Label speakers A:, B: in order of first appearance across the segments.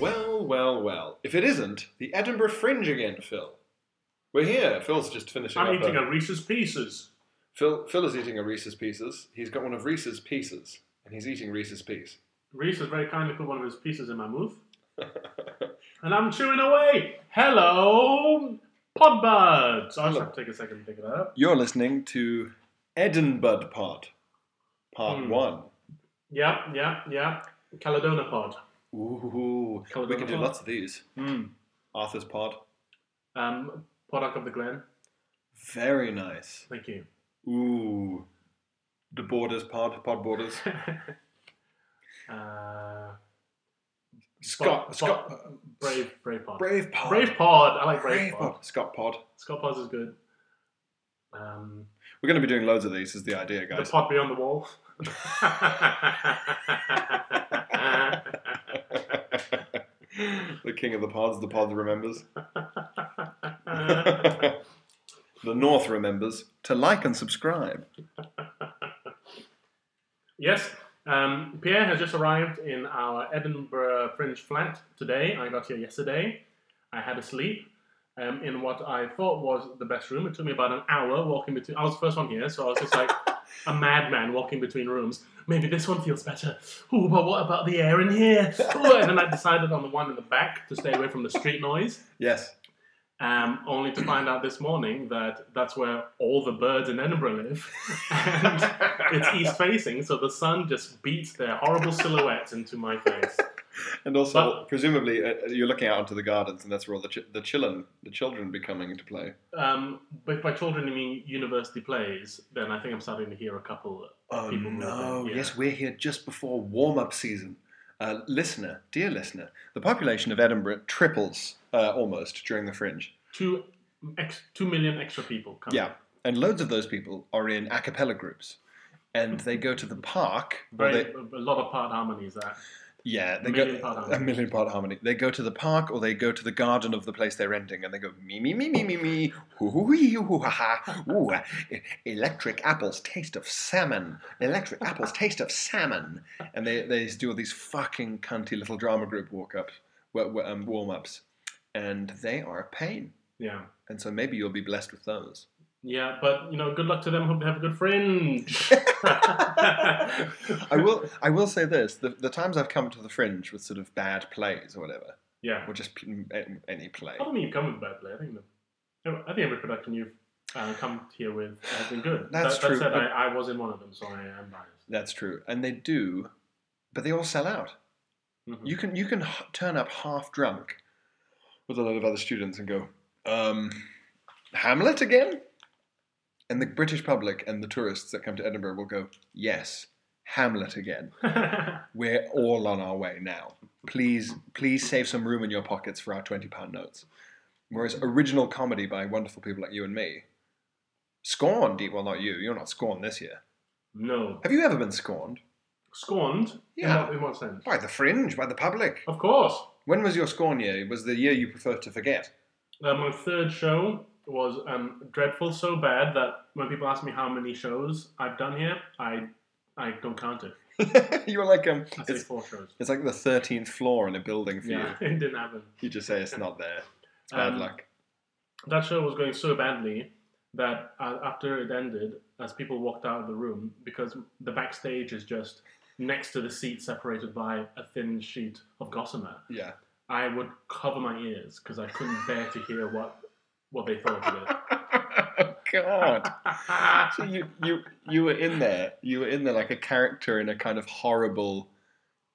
A: Well, well, well. If it isn't, the Edinburgh Fringe again, Phil. We're here. Phil's just finishing
B: I'm
A: up.
B: eating
A: uh,
B: a Reese's Pieces.
A: Phil, Phil is eating a Reese's Pieces. He's got one of Reese's Pieces, and he's eating Reese's Piece.
B: Reese has very kindly put one of his pieces in my mouth, and I'm chewing away. Hello, Podbuds. I'll just have to take a second to pick it up.
A: You're listening to Edinburgh Pod, Part
B: Hmm.
A: 1.
B: Yeah, yeah, yeah. Caledona Pod.
A: Ooh,
B: Colour
A: we can do
B: Pod.
A: lots of these. Arthur's Pod.
B: Um, Poddock of the Glen.
A: Very nice.
B: Thank you.
A: Ooh. The Borders Pod, Pod Borders.
B: Uh,
A: Scott,
B: Pod-
A: Scott,
B: Pod- Brave, Brave Pod.
A: Brave Pod.
B: Brave Pod. I like Brave,
A: Brave
B: Pod.
A: Pod. Scott Pod.
B: Scott Pod is good. Um,
A: We're going to be doing loads of these, is the idea,
B: the
A: guys.
B: Pod Beyond the Wall.
A: the king of the pods, the pod that remembers. the North remembers to like and subscribe.
B: Yes. Um, Pierre has just arrived in our Edinburgh Fringe flat today. I got here yesterday. I had a sleep um, in what I thought was the best room. It took me about an hour walking between. I was the first one here, so I was just like a madman walking between rooms. Maybe this one feels better. Ooh, but what about the air in here? Ooh, and then I decided on the one in the back to stay away from the street noise.
A: Yes.
B: Um, only to find out this morning that that's where all the birds in Edinburgh live. And it's east facing, so the sun just beats their horrible silhouettes into my face.
A: And also,
B: But-
A: presumably, uh, you're looking out into the gardens, and that's where all the ch- the children the children be coming into play.
B: Um, but if by children you mean university plays, then I think I'm starting to hear a couple.
A: Oh
B: People moving,
A: no!
B: yeah.
A: Yes, we're here just before warm up season. Uh, listener, dear listener, the population of Edinburgh triples uh, almost during the fringe.
B: Two, ex, two million extra people coming.
A: Yeah, and loads of those people are in a cappella groups, and they go to the park. or
B: Very,
A: they-
B: a lot of part harmonies there.
A: Yeah, they
B: million part
A: go
B: harmony.
A: a million part harmony. They go to the park or they go to the garden of the place they're renting, and they go me me me me me me hoo hoo hee, hoo hoo ha ha. Ooh, uh, e- electric apples taste of salmon. Electric apples taste of salmon. And they they do all these fucking cunty little drama group walk ups, um, warm ups, and they are a pain.
B: Yeah.
A: And so maybe you'll be blessed with those.
B: Yeah, but you know, good luck to them. Hope they have a good fringe.
A: I will I will say this: the, the times I've come to the fringe with sort of bad plays or whatever,
B: yeah.
A: or just p- a- any play.
B: I don't think you've come with bad play. I think that, I think every production you've uh, come here with has been good.
A: That's
B: that,
A: true,
B: That said,
A: but-
B: I, I was in one of them, so I am biased.
A: That's true, and they do, but they all sell out.
B: Mhm.
A: You can you can h- turn up half drunk with a lot of other students and go, um, Hamlet again, and the British public and the tourists that come to Edinburgh will go, yes, Hamlet again. We're all on our way now. Please please save some room in your pockets for our twenty pound notes. Whereas original comedy by wonderful people like you and me, scorned. Well, not you. You're not scorned this year.
B: no.
A: Have you ever been scorned?
B: Scorned?
A: Yeah.
B: In what, in what sense?
A: By the fringe, by the public.
B: Of course.
A: When was your scorn year? Was the year you prefer to forget?
B: Uh, my third show was um, dreadful, so bad that when people ask me how many shows I've done here, I I don't count it.
A: you were like, um,
B: I say
A: it's,
B: four shows.
A: it's like the 13th floor in a building for
B: Yeah,
A: you.
B: it didn't happen.
A: You just say it's not there. It's bad
B: Um,
A: luck.
B: that show was going so badly that uh, after it ended, as people walked out of the room, because the backstage is just next to the seat separated by a thin sheet of gossamer.
A: Yeah.
B: I would cover my ears because I couldn't bear to hear what what they thought of it.
A: God. So you, you you were in there. You were in there like a character in a kind of horrible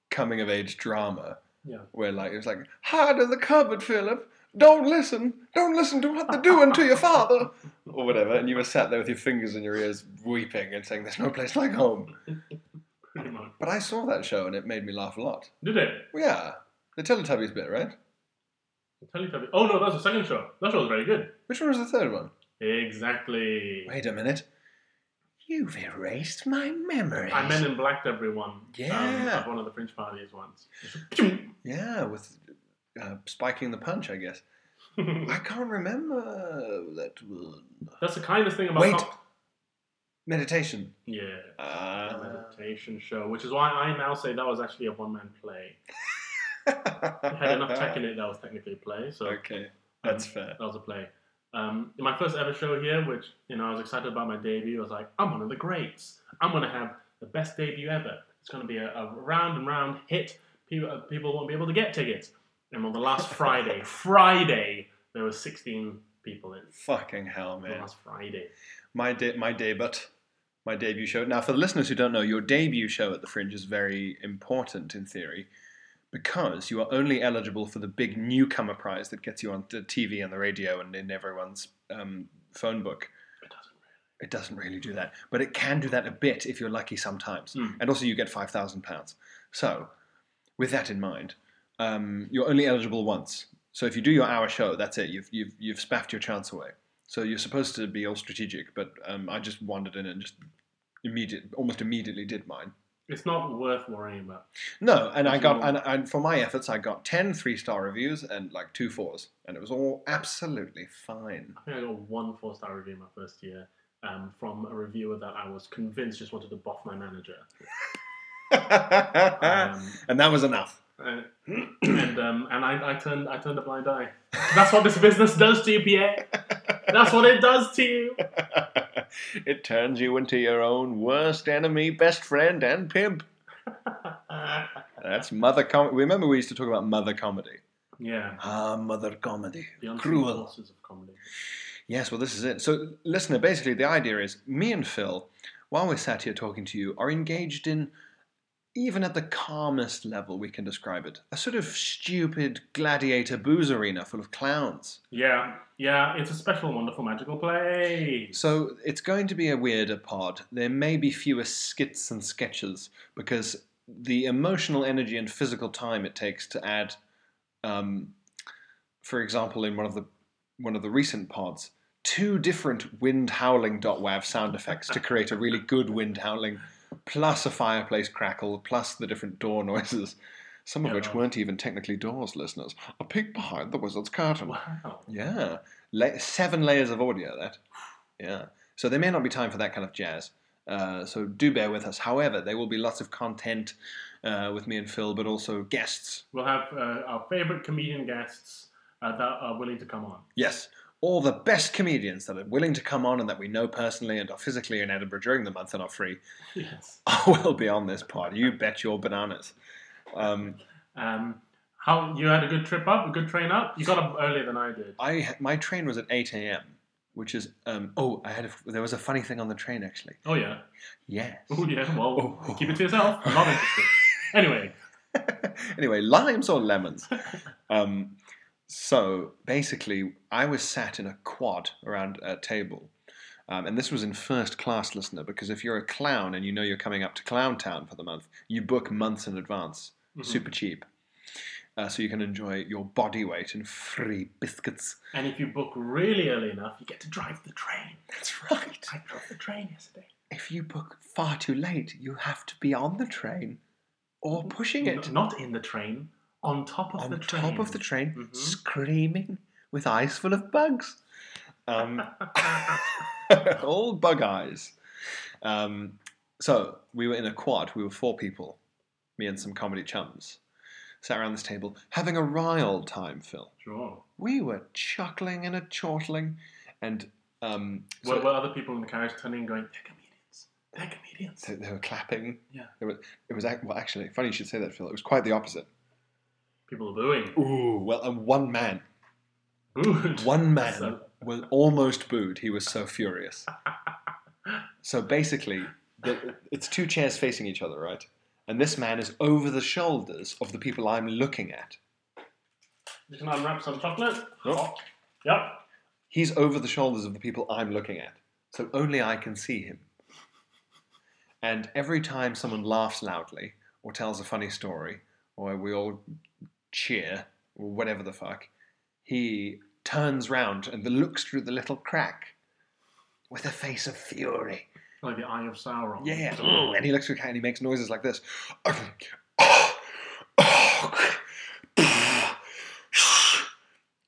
A: coming of age drama.
B: Yeah.
A: Where like it was like, hide in the cupboard, Philip. Don't listen. Don't listen to what they're doing to your father. Or whatever. And you were sat there with your fingers in your ears weeping and saying, There's no place like home.
B: Pretty much.
A: But I saw that show and it made me laugh a lot.
B: Did it?
A: Well, yeah. The Teletubbies bit, right?
B: Teletubbies. Oh no, that was the second show. That show was very good.
A: Which one was the third one?
B: Exactly.
A: Wait a minute. You've erased my memory.
B: I men in blacked everyone. Um,
A: Yeah.
B: at one of the French parties once.
A: Yeah, with uh, spiking the punch, I guess. I can't remember that one.
B: That's the kindest thing about
A: Wait.
B: com-
A: Meditation.
B: yeah.
A: Uh,
B: a meditation show, which is why I now say that was actually a one man play. It had enough tech in it that was technically a play, so
A: Ah. Okay, that's
B: um,
A: fair.
B: That was a play. Um, in my first ever show here, which you know I was excited about my debut, I was like, I'm one of the greats. I'm gonna have the best debut ever. It's gonna be a, a round and round hit. People, uh, people won't be able to get tickets. And on the last Friday, Friday, there were 16 people in.
A: Fucking hell,
B: The
A: man.
B: last Friday.
A: My de- my debut, my debut show. Now, for the listeners who don't know, your debut show at the Fringe is very important in theory, because you are only eligible for the big newcomer prize that gets you on the TV and the radio and in everyone's um, phone book.
B: It doesn't
A: It doesn't really do that, but it can do that a bit if you're lucky sometimes.
B: Mm.
A: And also, you get five thousand pounds. So, with that in mind, um, you're only eligible once. So if you do your hour show, that's it. You've you've you've spaffed your chance away. So you're supposed to be all strategic, but um, I just wandered in and just immediate, almost immediately did mine.
B: It's not worth worrying about.
A: No, and I got
B: Sure.
A: and, and for my efforts, I got 10 three star reviews and like two fours, and it was all absolutely fine.
B: I think I got one four star review my first year um, from a reviewer that I was convinced just wanted to boff my manager.
A: Ah.
B: Um,
A: and that was enough.
B: uh, and um, and I, I turned I turned a blind eye. That's what this business does to you, Pierre. That's what it does to you.
A: it turns you into your own worst enemy, best friend, and pimp.
B: Uh,
A: That's mother comedy. Remember, we used to talk about mother comedy.
B: yeah.
A: Ah, mother comedy.
B: The unseen
A: Cruel.
B: forces of comedy.
A: Yes, well, this is it. So, listener, basically, the idea is me and Phil, while we're sat here talking to you, are engaged in, even at the calmest level we can describe it, a sort of stupid gladiator booze arena full of clowns.
B: Yeah, yeah. It's a special, wonderful, magical place.
A: So, it's going to be a weirder pod. There may be fewer skits and sketches because the emotional energy and physical time it takes to add, um, for example, in one of the one of the recent pods, two different wind howling dot wav sound effects to create a really good wind howling, plus a fireplace crackle, plus the different door noises, some of which
B: Yeah.
A: weren't even technically doors, listeners. A peek behind the wizard's curtain.
B: Wow.
A: Yeah, La- seven layers of audio. That. Yeah. So there may not be time for that kind of jazz. Uh, so do bear with us. However, there will be lots of content uh, with me and Phil, but also guests.
B: We'll have uh, our favorite comedian guests uh, that are willing to come on.
A: Yes, all the best comedians that are willing to come on and that we know personally and are physically in Edinburgh during the month and are free
B: Yes.
A: will be on this pod. You bet your bananas. Um,
B: Um, how you had a good trip up, a good train up. You got up earlier than I did.
A: I my train was at eight a.m., which is um, oh, I had a, there was a funny thing on the train actually.
B: Oh yeah.
A: Yes.
B: Oh yeah. Well,
A: Oh.
B: keep it to yourself. I'm not interested. Anyway,
A: anyway, limes or lemons. Um, so basically, I was sat in a quad around a table. Um, and this was in first class, listener, because if you're a clown and you know you're coming up to Clown Town for the month, you book months in advance. Super cheap. Uh, so you can enjoy your body weight in free biscuits.
B: and if you book really early enough, you get to drive the train.
A: That's right.
B: I drove the train yesterday.
A: If you book far too late, you have to be on the train or pushing it.
B: N- not in the train, on top of
A: on
B: the train.
A: top of the train,
B: Mhm.
A: screaming with eyes full of bugs. Um, all bug eyes. Um, so we were in a quad. We were four people, me and some comedy chums, sat around this table having a rile time, Phil.
B: Sure.
A: We were chuckling and um, a chortling, and um, so-
B: Were, were other people in the carriage turning and going, they're comedians. They're comedians.
A: They, they were clapping.
B: Yeah.
A: It was, it was ac- well, actually, funny you should say that, Phil. It was quite the opposite.
B: People are booing.
A: Ooh, well, and one man,
B: Booed.
A: one man
B: So-
A: was almost booed. He was so furious. so basically, the, it's two chairs facing each other, right? And this man is over the shoulders of the people I'm looking at.
B: You can unwrap some chocolate.
A: Oh.
B: Yep.
A: He's over the shoulders of the people I'm looking at, so only I can see him. And every time someone laughs loudly, or tells a funny story, or we all cheer, or whatever the fuck, he turns round and looks through the little crack with a face of fury.
B: Like the Eye of Sauron.
A: Yeah.
B: Oh,
A: And he looks through the crack and he makes noises like this.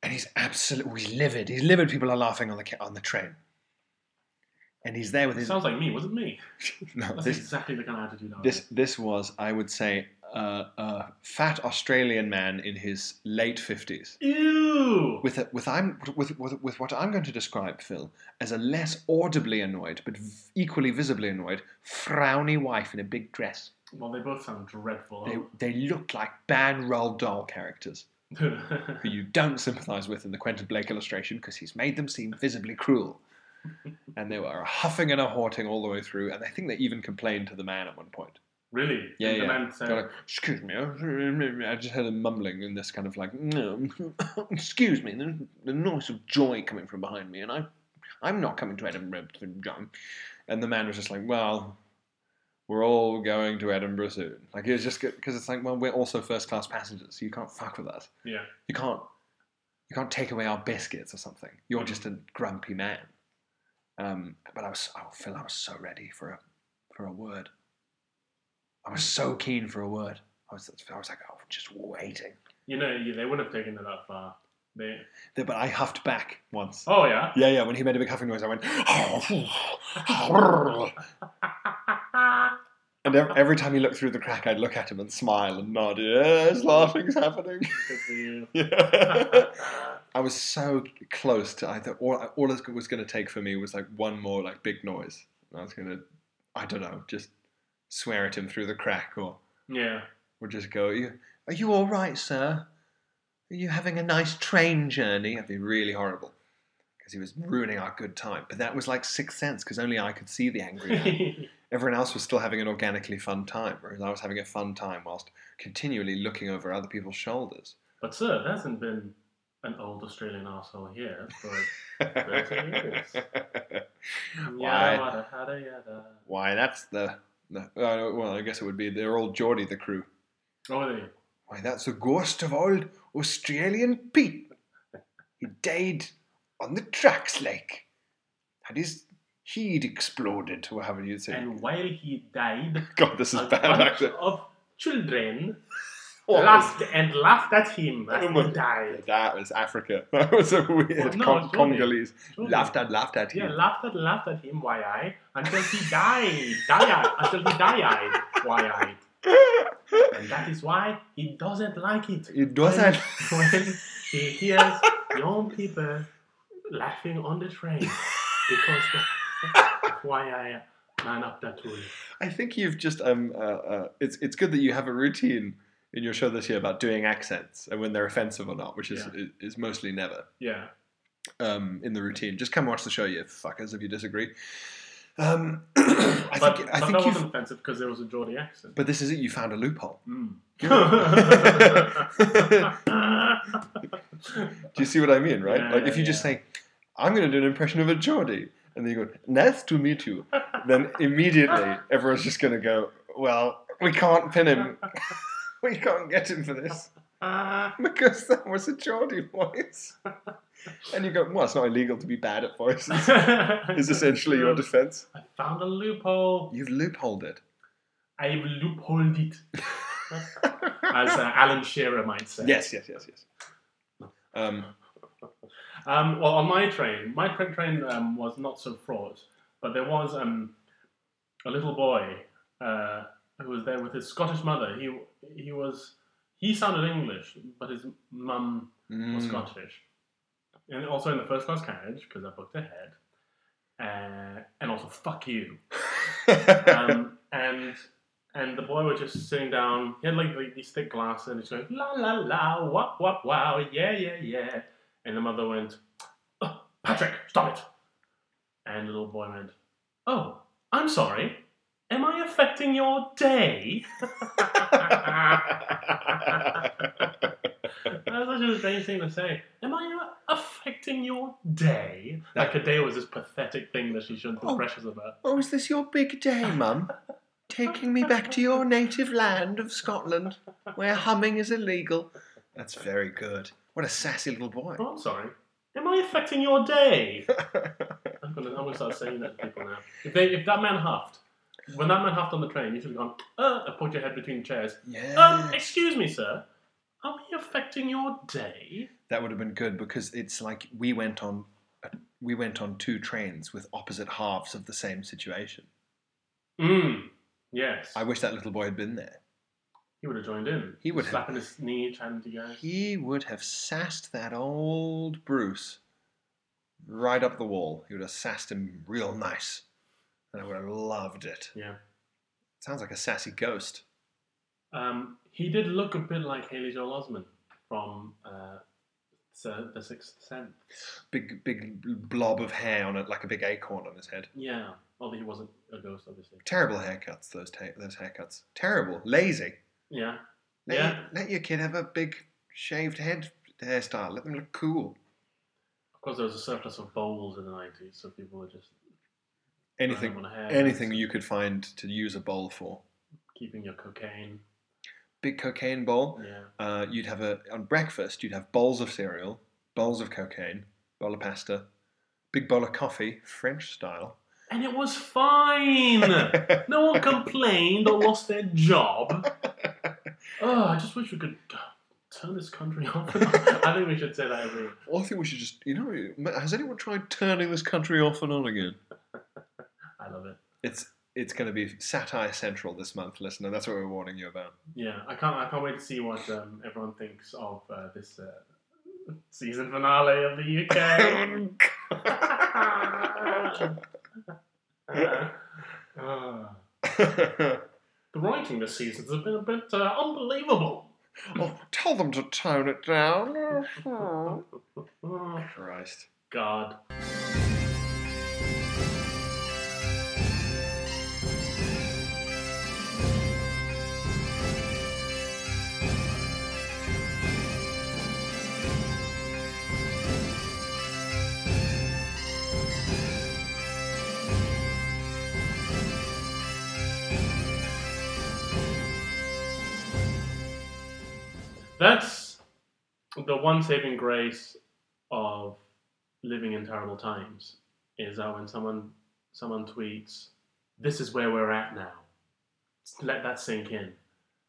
A: And he's absolutely he's livid. He's livid. People are laughing on the ca- on the train. And he's there with
B: It
A: his
B: sounds like me, wasn't me.
A: no.
B: That's
A: This
B: exactly the kind of attitude I was.
A: this this was I would say uh, a fat Australian man in his late fifties
B: Ew!
A: with a, with I'm with, with with what I'm going to describe Phil as a less audibly annoyed but v- equally visibly annoyed frowny wife in a big dress.
B: well, they both sound dreadful.
A: They, they look like bad Roald Dahl characters who you don't sympathise with in the Quentin Blake illustration because he's made them seem visibly cruel. And they were huffing and a horting all the way through, and I think they even complained to the man at one point.
B: really?
A: Yeah,
B: the
A: yeah.
B: Man said,
A: They're like, excuse me, I just heard him mumbling in this kind of like, no, excuse me, the, the noise of joy coming from behind me, and I, I'm not coming to Edinburgh to jump. And the man was just like, well, we're all going to Edinburgh soon. Like it was just because it's like, well, we're also first class passengers, so you can't fuck with us.
B: yeah.
A: You can't, you can't take away our biscuits or something. You're just a grumpy man. Um, but I was, oh, Phil, I was so ready for a, for a word. I was so keen for a word. I was, I was like, oh, just waiting.
B: You know, you, they wouldn't have taken it that far. They,
A: There- But I huffed back once.
B: oh, yeah.
A: Yeah, yeah. When he made a big huffing noise, I went. and ev- every time he looked through the crack, I'd look at him and smile and nod. Yes, laughing's happening.
B: Good for you.
A: Yeah. I was so close to. I thought all, all it was going to take for me was like one more like big noise. And I was going to, I don't know, just swear at him through the crack or
B: yeah.
A: or just go. Are you, are you all right, sir? Are you having a nice train journey? That'd be really horrible because he was ruining our good time. But that was like sixth sense because only I could see the angry man. Everyone else was still having an organically fun time, whereas I was having a fun time whilst continually looking over other people's shoulders.
B: but, sir, there hasn't been an old Australian asshole here for. That's
A: Why?
B: Yada, yada, yada.
A: Why? That's the. the uh, well, I guess it would be they're all Geordie, the crew.
B: Oh, they.
A: Why, that's the ghost of old Australian Pete. He died on the tracks, like. Had his heed exploded, or however you say.
B: And while he died,
A: God, this is
B: a
A: bad
B: bunch
A: accent.
B: of children
A: Oh,
B: laughed and laughed at him as
A: Oh my-
B: he died.
A: That was Africa. That was a weird
B: Well, no,
A: Cong-
B: surely.
A: Congolese.
B: Surely.
A: Laughed at, laughed at
B: Yeah,
A: him.
B: laughed at laughed at him, why I until he died. died until he died, why I and that is why he doesn't like it.
A: It doesn't.
B: when, when he hears young people laughing on the train because that's why I man up that way.
A: I think you've just um. Uh, uh, it's it's good that you have a routine in your show this year about doing accents and when they're offensive or not, which is
B: Yeah.
A: is, is mostly never.
B: Yeah.
A: Um, in the routine, just come watch the show, you fuckers, if you disagree. Um, I
B: but
A: think
B: but
A: I
B: that
A: think
B: wasn't
A: you've.
B: offensive because there was a Geordie accent.
A: But this is it. You found a loophole.
B: Mm.
A: Do you see what I mean, right?
B: Yeah,
A: like
B: yeah,
A: if you just
B: yeah.
A: say, "I'm going to do an impression of a Geordie," and then you go, "Nice to meet you," then immediately everyone's just going to go, "Well, we can't pin him. we can't get him for this."
B: Ah,
A: because that was a Geordie voice. and you go, well, it's not illegal to be bad at voices. Is essentially your defense.
B: I found a loophole.
A: You've loopholed it.
B: I've loopholed it. As uh, Alan Shearer might say.
A: Yes, yes, yes, yes. Um,
B: Um, well, on my train, my tra- train um, was not so fraught, but there was um, a little boy uh, who was there with his Scottish mother. He he was he sounded English, but his mum was
A: mm,
B: Scottish, and also in the first class carriage because I booked ahead. uh, and also fuck you. um, and and the boy was just sitting down. He had like, like these thick glasses, and he's going la la la, wah wah wow, yeah yeah yeah. And the mother went, "Ugh, Patrick, stop it. And the little boy went, Oh, I'm sorry. Am I affecting your day? That's such a strange thing to say. Am I affecting your day? Like a day was this pathetic thing that she shouldn't feel
A: Oh.
B: precious about.
A: oh, is this your big day, Mum? Taking me back to your native land of Scotland, where humming is illegal. That's very good. What a sassy little boy.
B: Oh, I'm sorry. Am I affecting your day? I'm gonna, I'm gonna start saying that to people now. If, they, if that man huffed, when that man huffed on the train, you should have gone, uh, and put your head between chairs. Um,
A: Yeah.
B: excuse me, sir. Are we affecting your day?
A: That would have been good because it's like we went on we went on two trains with opposite halves of the same situation.
B: Mm. Yes.
A: Hmm. I wish that little boy had been there.
B: he would have joined in.
A: He would have.
B: Slapping his knee, trying to go.
A: He would have sassed that old Bruce right up the wall. He would have sassed him real nice. And I would have loved it.
B: Yeah.
A: Sounds like a sassy ghost.
B: Um, he did look a bit like Haley Joel Osment from uh, so The Sixth Sense.
A: Big big blob of hair on it, like a big acorn on his head.
B: Yeah. Although he wasn't a ghost, obviously.
A: Terrible haircuts, those ta- those haircuts. Terrible. Lazy.
B: Yeah.
A: Let,
B: Yeah.
A: your- let your kid have a big shaved head hairstyle. Let them look cool.
B: Of course, there was a surplus of bowls in the 90s, so people were just
A: Anything,
B: Random on a hair.
A: anything you could find to use a bowl for.
B: keeping your cocaine.
A: Big cocaine bowl.
B: Yeah.
A: uh, you'd have a on breakfast you'd have bowls of cereal, bowls of cocaine, bowl of pasta, big bowl of coffee, French style.
B: And it was fine. no one complained or lost their job. Oh, I just wish we could uh, turn this country off. I think we should say that every.
A: I think we should just you know has anyone tried turning this country off and on again?
B: I love it.
A: It's it's going to be satire central this month, listener. That's what we're warning you about.
B: Yeah, I can't. I can't wait to see what um, everyone thinks of uh, this uh, season finale of the UK. Uh-huh. Ah. the writing this season has been a bit uh, unbelievable.
A: oh, tell them to tone it down.
B: Oh,
A: Christ.
B: God. That's the one saving grace of living in terrible times is that when someone someone tweets, "This is where we're at now," let that sink in.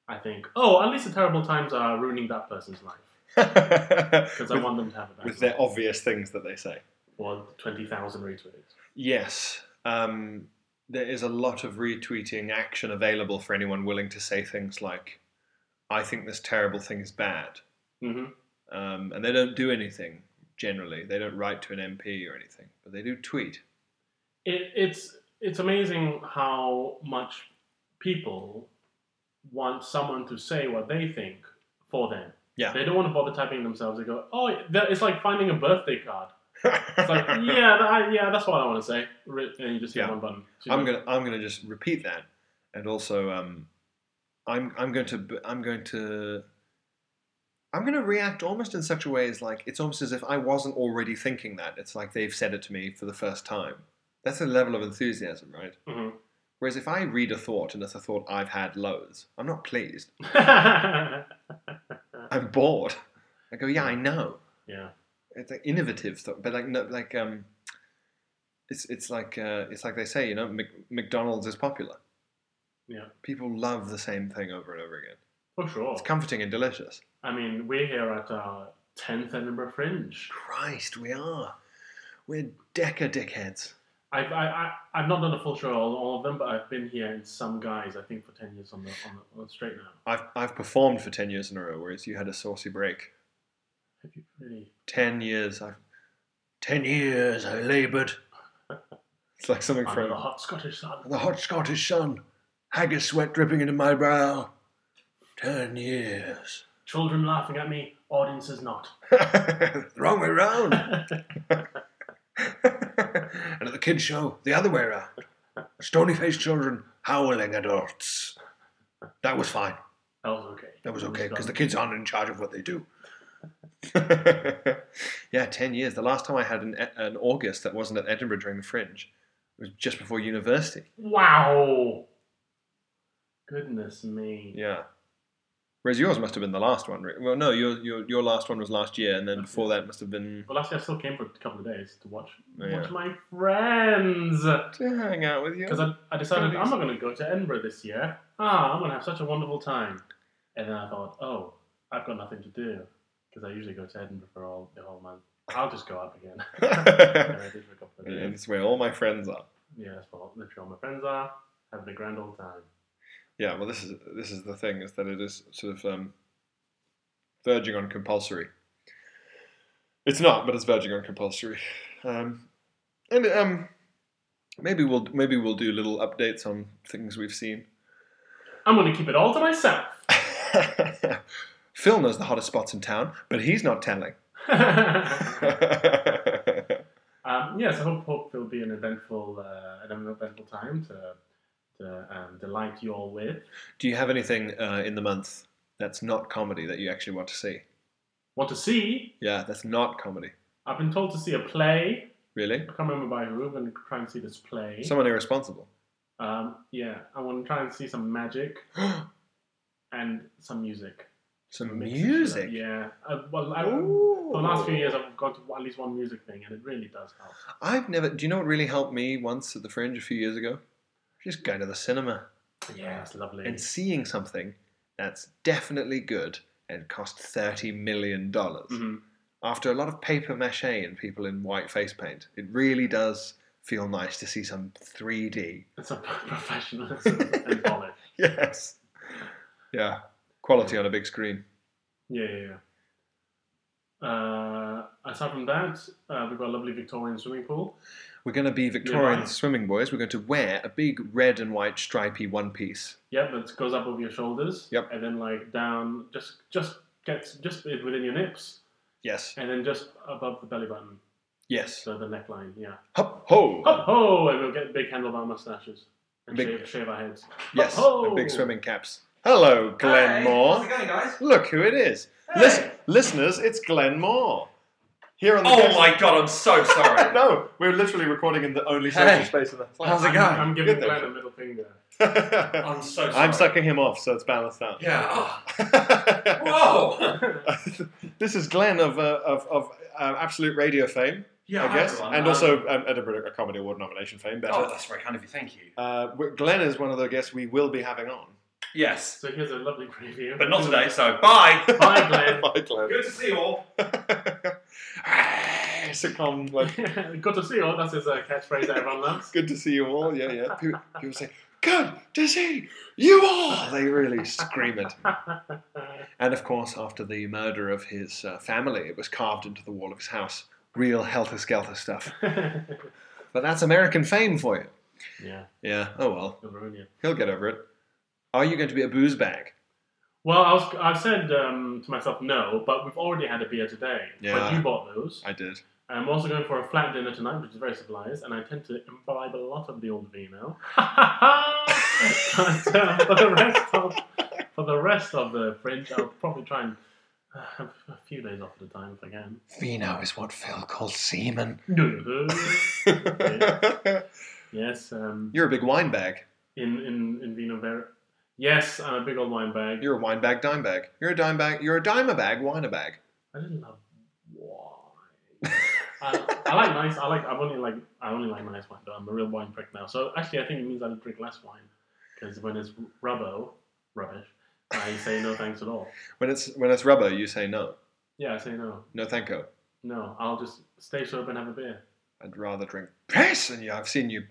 B: I think, oh, at least the terrible times are ruining that person's life because I
A: with,
B: want them to have it back.
A: with their obvious things that they say.
B: or twenty thousand retweets.
A: Yes. Um, there is a lot of retweeting action available for anyone willing to say things like, I think this terrible thing is bad.
B: hmm
A: Um, and they don't do anything generally. They don't write to an MP or anything, but they do tweet.
B: It, it's it's amazing how much people want someone to say what they think for them.
A: Yeah.
B: They don't want to bother typing themselves. They go, oh, that- it's like finding a birthday card. It's like, yeah, that, I, yeah, that's what I want to say. Re- And you just hit
A: Yeah.
B: one button. So you
A: I'm
B: don't-
A: gonna I'm gonna just repeat that, and also um, I'm I'm going to b- I'm going to I'm going to react almost in such a way as like it's almost as if I wasn't already thinking that. It's like they've said it to me for the first time. That's a level of enthusiasm, right?
B: Mhm.
A: Whereas if I read a thought and it's a thought I've had loads, I'm not pleased. I'm bored. I go, yeah, I know.
B: yeah.
A: It's like innovative stuff, but like no, like um, it's it's like uh, it's like they say, you know, Mc- McDonald's is popular.
B: Yeah.
A: People love the same thing over and over again.
B: For sure.
A: It's comforting and delicious.
B: I mean, we're here at our 10th Edinburgh Fringe.
A: Christ, we are. We're Decker dickheads.
B: I've, I, I, I've not done a full show of all, all of them, but I've been here in some guys, I think, for 10 years on the, on the, on the straight now.
A: I've, I've performed for 10 years in a row, whereas you had a saucy break.
B: Have you really?
A: 10 years I've. 10 years I laboured. It's like something
B: I'm
A: from
B: the hot Scottish sun.
A: the hot Scottish sun, haggis sweat dripping into my brow. Ten years.
B: Children laughing at me, audiences not.
A: Wrong way round. and at the kids' show, the other way round. Stony faced children howling adults. That was fine.
B: That was okay.
A: That was
B: It
A: okay because the
B: done.
A: kids aren't in charge of what they do. yeah, ten years. The last time I had an, e, an August that wasn't at Edinburgh during the Fringe it was just before university.
B: Wow. Goodness me.
A: Yeah. Whereas yours must have been the last one. right? Well, no, your your, your last one was last year, and then before that must have been
B: Well, last year I still came for a couple of days to watch
A: Yeah.
B: watch my friends
A: to hang out with you.
B: because I, I decided I'm not going to go to Edinburgh this year. Ah, I'm going to have such a wonderful time. And then I thought, oh, I've got nothing to do because I usually go to Edinburgh for all the whole month. I'll just go up again. And I did for a couple of
A: And
B: days.
A: it's where all my friends are.
B: Yeah, that's what literally all my friends are having a grand old time.
A: Yeah, well, this is this is the thing is that it is sort of um, verging on compulsory. It's not, but it's verging on compulsory, um, and um, maybe we'll maybe we'll do little updates on things we've seen.
B: I'm going to keep it all to myself.
A: Phil knows the hottest spots in town, but he's not telling.
B: Um, yes, I hope, hope it'll be an eventful, uh, an eventful time to, to um, delight you all with.
A: do you have anything uh, in the month that's not comedy that you actually want to see?
B: Want to see?
A: Yeah, that's not comedy.
B: I've been told to see a play.
A: Really?
B: I can't remember by who. I'm going to try and see this play.
A: Someone irresponsible.
B: um, yeah, I want to try and see some magic and some music.
A: Some
B: Mix it
A: music.
B: up. Yeah. Uh, well, I, for the last few years, I've gone to at least one music thing, and it really does help.
A: I've never. Do you know what really helped me once at the Fringe a few years ago? Just going to the cinema
B: Yeah, it's lovely.
A: and seeing something that's definitely good and cost thirty million dollars.
B: Mhm.
A: After a lot of paper mache and people in white face paint, it really does feel nice to see some three D.
B: It's a professionalism and polish.
A: Yes. Yeah. Quality on a big screen.
B: Yeah, yeah, yeah. Uh, aside from that, uh, we've got a lovely Victorian swimming pool.
A: We're going to be Victorian
B: right.
A: swimming boys. We're going to wear a big red and white stripy one piece.
B: Yep, that goes up over your shoulders.
A: Yep.
B: And then like down, just just gets just within your nips,
A: Yes.
B: and then just above the belly button,
A: Yes.
B: so the neckline. Yeah.
A: Hup ho.
B: Ho ho! And we'll get big handlebar mustaches and
A: Big-
B: shave, shave our heads.
A: Yes,
B: Ho,
A: the big
B: ho!
A: swimming caps. Hello, Glenn
C: Hey,
A: Moore.
C: How's it going, guys?
A: Look who it is. Listen, listeners, it's Glenn Moore. Here on the
C: Oh
A: Texas-
C: my god, I'm so sorry.
A: No, we're literally recording in the only social
C: Hey,
A: space in the
C: how's it
B: I'm,
C: going? Oh,
B: I'm giving
A: Good,
B: Glenn
A: thank
B: a middle finger.
A: I'm,
C: I'm so sorry.
A: sucking him off, so it's balanced out.
C: Yeah. Oh, whoa.
A: this is Glenn of, uh, of, of uh, Absolute Radio fame,
C: yeah,
A: I
C: hi,
A: guess,
C: everyone.
A: and
C: Um,
A: also um, Edinburgh Comedy Award nomination fame. Better.
C: Oh, that's very kind of you. Thank you.
A: Uh, w- Glenn is one of the guests we will be having on.
C: Yes,
B: So here's a lovely preview.
C: but not today. So bye.
B: Bye, Glenn.
A: Bye, Glenn.
C: Good to see you all.
A: Sitcom like
B: Good to see you. all. That's his uh, catchphrase that everyone loves.
A: good to see you all. Yeah, yeah. People, people say, good to see you all. They really scream it. And of course, after the murder of his uh, family, it was carved into the wall of his house. Real helter skelter stuff. But that's American fame for you.
B: yeah,
A: Yeah, oh well.
B: it'll ruin you.
A: He'll get over it. Are you going to be a booze bag?
B: Well, I was, I've said um, to myself no, but we've already had a beer today. But
A: Yeah.
B: you bought those.
A: I did.
B: I'm also going for a flat dinner tonight, which is very civilized, and I tend to imbibe a lot of the old vino. but um, for the rest of for the rest of the fringe, I'll probably try and uh, have a few days off at a time if I can.
A: Vino is what Phil calls semen.
B: yes, um,
A: You're a big wine bag.
B: in in in vino ver. Yes, I'm a big old wine bag.
A: You're a wine bag, dime bag. You're a dime bag. You're a dime a bag, wine a bag.
B: I didn't love wine. I, I like nice. I like. I only like. I only like nice wine. Though I'm a real wine prick now. So actually, I think it means I drink less wine because when it's rubbo, rubbish, I say no thanks at all.
A: When it's when it's rubber, you say no.
B: Yeah, I say no.
A: No thanko.
B: No, I'll just stay sober and have a beer.
A: I'd rather drink piss than you. I've seen you,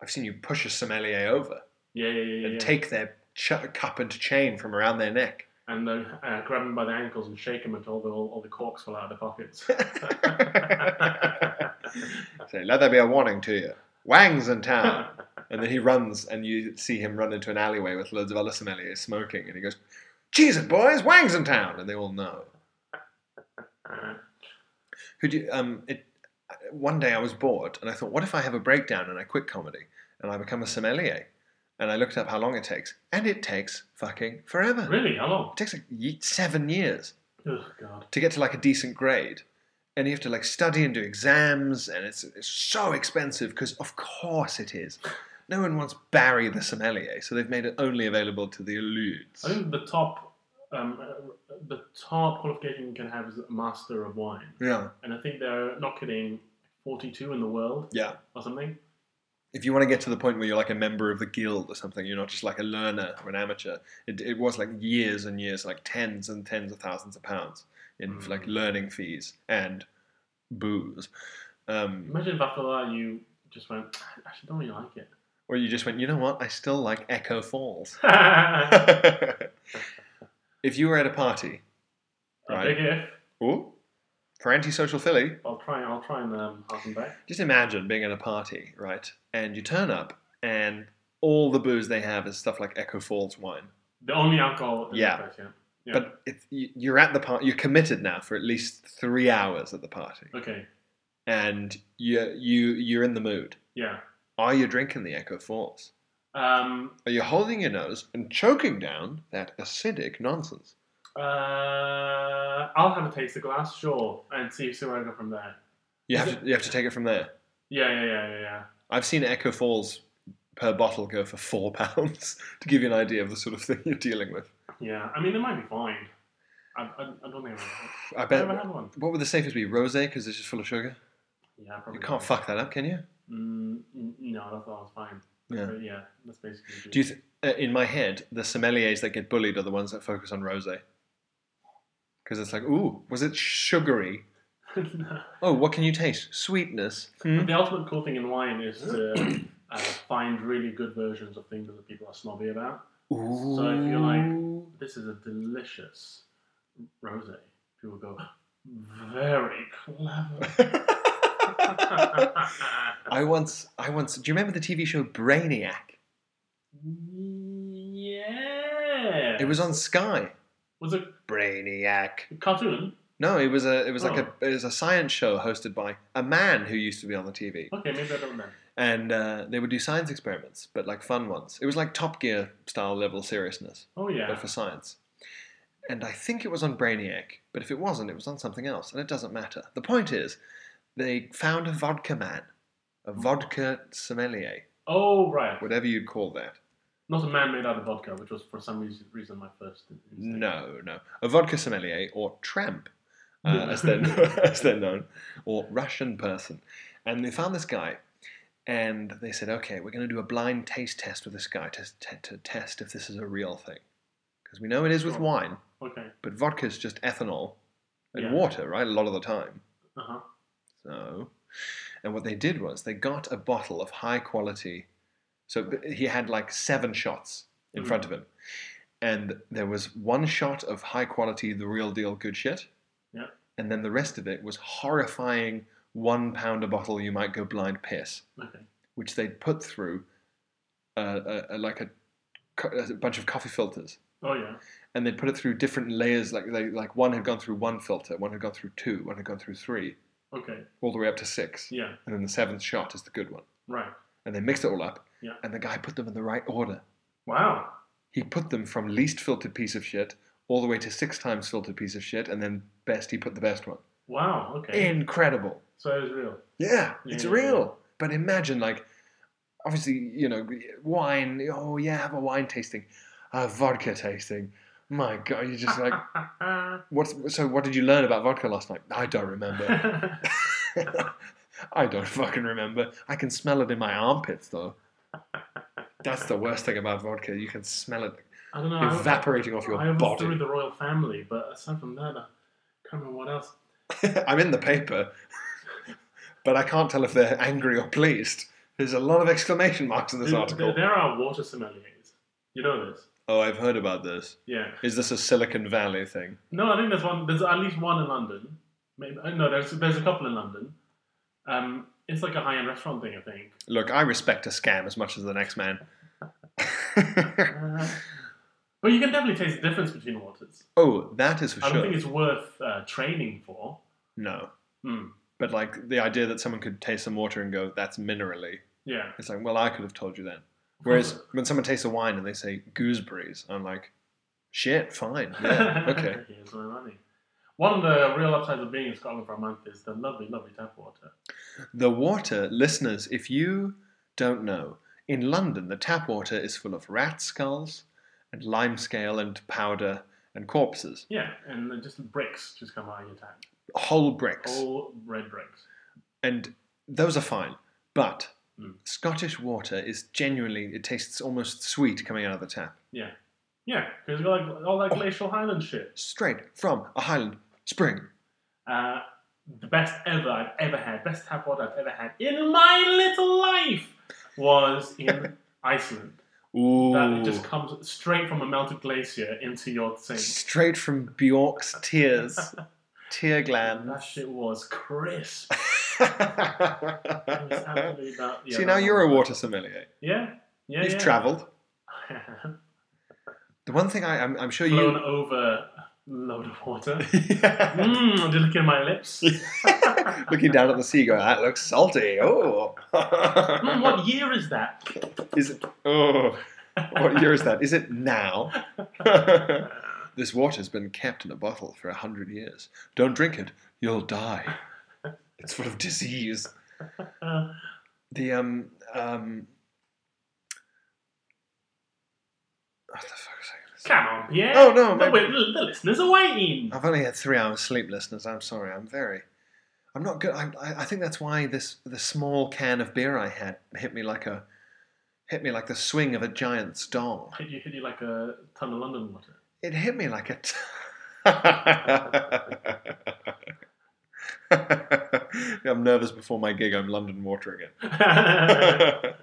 A: I've seen you push a sommelier over
B: Yeah, yeah, yeah. yeah,
A: and
B: yeah.
A: take their ch- cup and chain from around their neck.
B: and then uh, grab them by the ankles and shake them until the, all, all the corks fall out of their pockets.
A: Say, let there be a warning to you. Wang's in town.
B: Uh,
A: and then he runs, and you see him run into an alleyway with loads of other sommeliers smoking, and he goes, "Jesus, boys, Wang's in town," and they all know. Could you? Um, it. One day I was bored, and I thought, what if I have a breakdown and I quit comedy and I become a sommelier? And I looked up how long it takes, and it takes fucking forever.
B: Really? How long?
A: It takes like ye- seven years
B: Oh God.
A: to get to like a decent grade and you have to like study and do exams and it's, it's so expensive because of course it is no one wants barry the sommelier so they've made it only available to the eludes
B: I think the top, um, uh, the top qualification you can have is a master of wine,
A: yeah
B: and I think they're not kidding, 42 in the world
A: yeah
B: or something.
A: if you want to get to the point where you're like a member of the guild or something you're not just like a learner or an amateur it, it was like years and years like tens and tens of thousands of pounds in
B: Mm.
A: like learning fees and booze um,
B: Imagine if after that you just went, I actually don't really like it.
A: or you just went you know what i still like echo falls
B: A
A: if you were at a party,
B: Big
A: right?
B: if.
A: Ooh, for antisocial Philly,
B: I'll try. I'll try and um, harken back.
A: just imagine being at a party, right? And you turn up, and all the booze they have is stuff like Echo Falls wine.
B: The only alcohol. in
A: Yeah.
B: the place, yeah. Yeah.
A: But it's, you- you're at the party, you're committed now for at least three hours at the party,
B: okay.
A: and you you you're in the mood.
B: Yeah.
A: Are you drinking the Echo Falls?
B: Um,
A: Are you holding your nose and choking down that acidic nonsense?
B: uh, I'll have a taste of glass, sure, and see see where I go from there.
A: You have to you have to take it from there.
B: Yeah, yeah, yeah, yeah, yeah.
A: I've seen Echo Falls per bottle go for four pounds to give you an idea of the sort of thing you're dealing with.
B: Yeah, I mean, it might be fine. I, I, I don't think I
A: I
B: will
A: bet.
B: ever had one.
A: What would the safest be? Rose, because it's just full of sugar.
B: Yeah, probably.
A: You can't
B: not.
A: fuck that up, can you?
B: Mm, n- no, I thought I was fine.
A: Yeah.
B: But yeah, that's basically.
A: Do you? Th- uh, in my head, the sommeliers that get bullied are the ones that focus on rose. Because it's like, ooh, was it sugary? Oh, what can you taste? Sweetness. Hmm?
B: the ultimate cool thing in wine is to uh, find really good versions of things that people are snobby about.
A: Ooh.
B: So if you're like, this is a delicious rosé, people go, very clever.
A: I once, I once. Do you remember the TV show Brainiac?
B: yeah.
A: It was on Sky.
B: Was it
A: Brainiac.
B: a cartoon?
A: No, it was a it was like
B: Oh.
A: a it was a science show hosted by a man who used to be on the TV,
B: Okay, maybe I don't know.
A: and uh, they would do science experiments, but like fun ones. It was like Top Gear style level seriousness,
B: Oh yeah.
A: but for science. And I think it was on Brainiac, but if it wasn't, it was on something else, and it doesn't matter. The point is, they found a vodka man, a vodka sommelier,
B: Oh right,
A: whatever you'd call that.
B: not a man made out of vodka, which was for some reason, reason my first. instinct.
A: No, no, a vodka sommelier or tramp, uh, as they're as they're known, or Russian person. And they found this guy, and they said, "Okay, we're going to do a blind taste test with this guy to to, to test if this is a real thing, because we know it is with
B: Sure.
A: wine,
B: Okay.
A: but vodka is just ethanol and
B: Yeah.
A: water, right? A lot of the time.
B: Uh huh.
A: So, and what they did was they got a bottle of high quality. So b- he had like seven shots in
B: Mhm.
A: front of him, and there was one shot of high quality, the real deal, good shit.
B: Yeah.
A: And then the rest of it was horrifying one pound a bottle. You might go blind piss,
B: Okay.
A: which they'd put through uh, a, a, like a, co- a bunch of coffee filters.
B: Oh yeah.
A: And they put it through different layers, like they, like one had gone through one filter, one had gone through two, one had gone through three,
B: Okay.
A: all the way up to six
B: Yeah.
A: and then the seventh shot is the good one.
B: Right.
A: And they mixed it all up,
B: Yeah.
A: and the guy put them in the right order.
B: Wow.
A: He put them from least filtered piece of shit all the way to six times filtered piece of shit, and then best, he put the best one.
B: Wow. Okay.
A: Incredible.
B: So it was real.
A: Yeah,
B: Yeah,
A: it's
B: yeah,
A: real. But imagine, like, obviously, you know, wine, oh yeah, have a wine tasting, a vodka tasting. My God, you're just like, what's, so what did you learn about vodka last night? I don't remember. I don't fucking remember. I can smell it in my armpits though. That's the worst thing about vodka. You can smell it
B: I don't know. I-
A: evaporating off your
B: I almost threw
A: body.
B: the royal family, but aside from that, I can't remember what else.
A: I'm in the paper, but I can't tell if they're angry or pleased. There's a lot of exclamation marks in this
B: There-
A: article.
B: There, there are water sommeliers. You know this.
A: Oh, I've heard about this.
B: Yeah.
A: Is this a Silicon Valley thing?
B: No, I think there's one. There's at least one in London. Maybe, uh, no, there's there's a couple in London. Um, It's like a high end restaurant thing, I think.
A: Look, I respect a scam as much as the next man.
B: Uh, but you can definitely taste the difference between waters.
A: oh, that is for
B: I don't
A: sure.
B: think it's worth uh, training for.
A: No.
B: Hmm.
A: But like the idea that someone could taste some water and go, that's minerally,
B: Yeah.
A: it's like, well, I could have told you then. Whereas when someone tastes a wine and they say gooseberries, I'm like, shit, fine. Yeah, okay.
B: Here's my money. One of the real upsides of being in Scotland for a month is the lovely, lovely tap water.
A: The water, listeners, if you don't know, in London the tap water is full of rat skulls and limescale and powder and corpses.
B: Yeah, and then just bricks just come out of your tap.
A: Whole bricks.
B: All red bricks.
A: And those are fine. But
B: Mm.
A: Scottish water is genuinely, it tastes almost sweet coming out of the tap.
B: Yeah. Yeah, because we like all that glacial highland shit.
A: Straight from a highland spring.
B: Uh, the best ever I've ever had, best tap water I've ever had in my little life was in Iceland.
A: Ooh.
B: That it just comes straight from a melted glacier into your sink.
A: Straight from Bjork's tears. Tear
B: That
A: glands.
B: shit was crisp. It was
A: See,
B: absolutely that- yeah,
A: now
B: that
A: you're a
B: was-
A: water sommelier.
B: Yeah, yeah.
A: You've
B: yeah.
A: travelled. The one thing I, I'm, I'm sure
B: Blown
A: you.
B: over load of water. Mmm, I'm just licking my lips.
A: Looking down at the sea, going, that looks salty. Oh.
B: Mm, what year is that?
A: Is it? Oh, what year is that? Is it now? this water's been kept in a bottle for a hundred years. Don't drink it; you'll die. It's full of disease.
B: Uh,
A: The um um. What the fuck was I gonna say?
B: come on, Pierre.
A: Oh, no, my-
B: The, the, the listeners are waiting.
A: I've only had three hours sleep, listeners. I'm sorry. I'm very. I'm not good. I, I I think that's why this the small can of beer I had hit me like a hit me like the swing of a giant's dong.
B: Hit you, hit you like a ton of London water.
A: It hit me like a. T- I'm nervous before my gig. I'm London water again.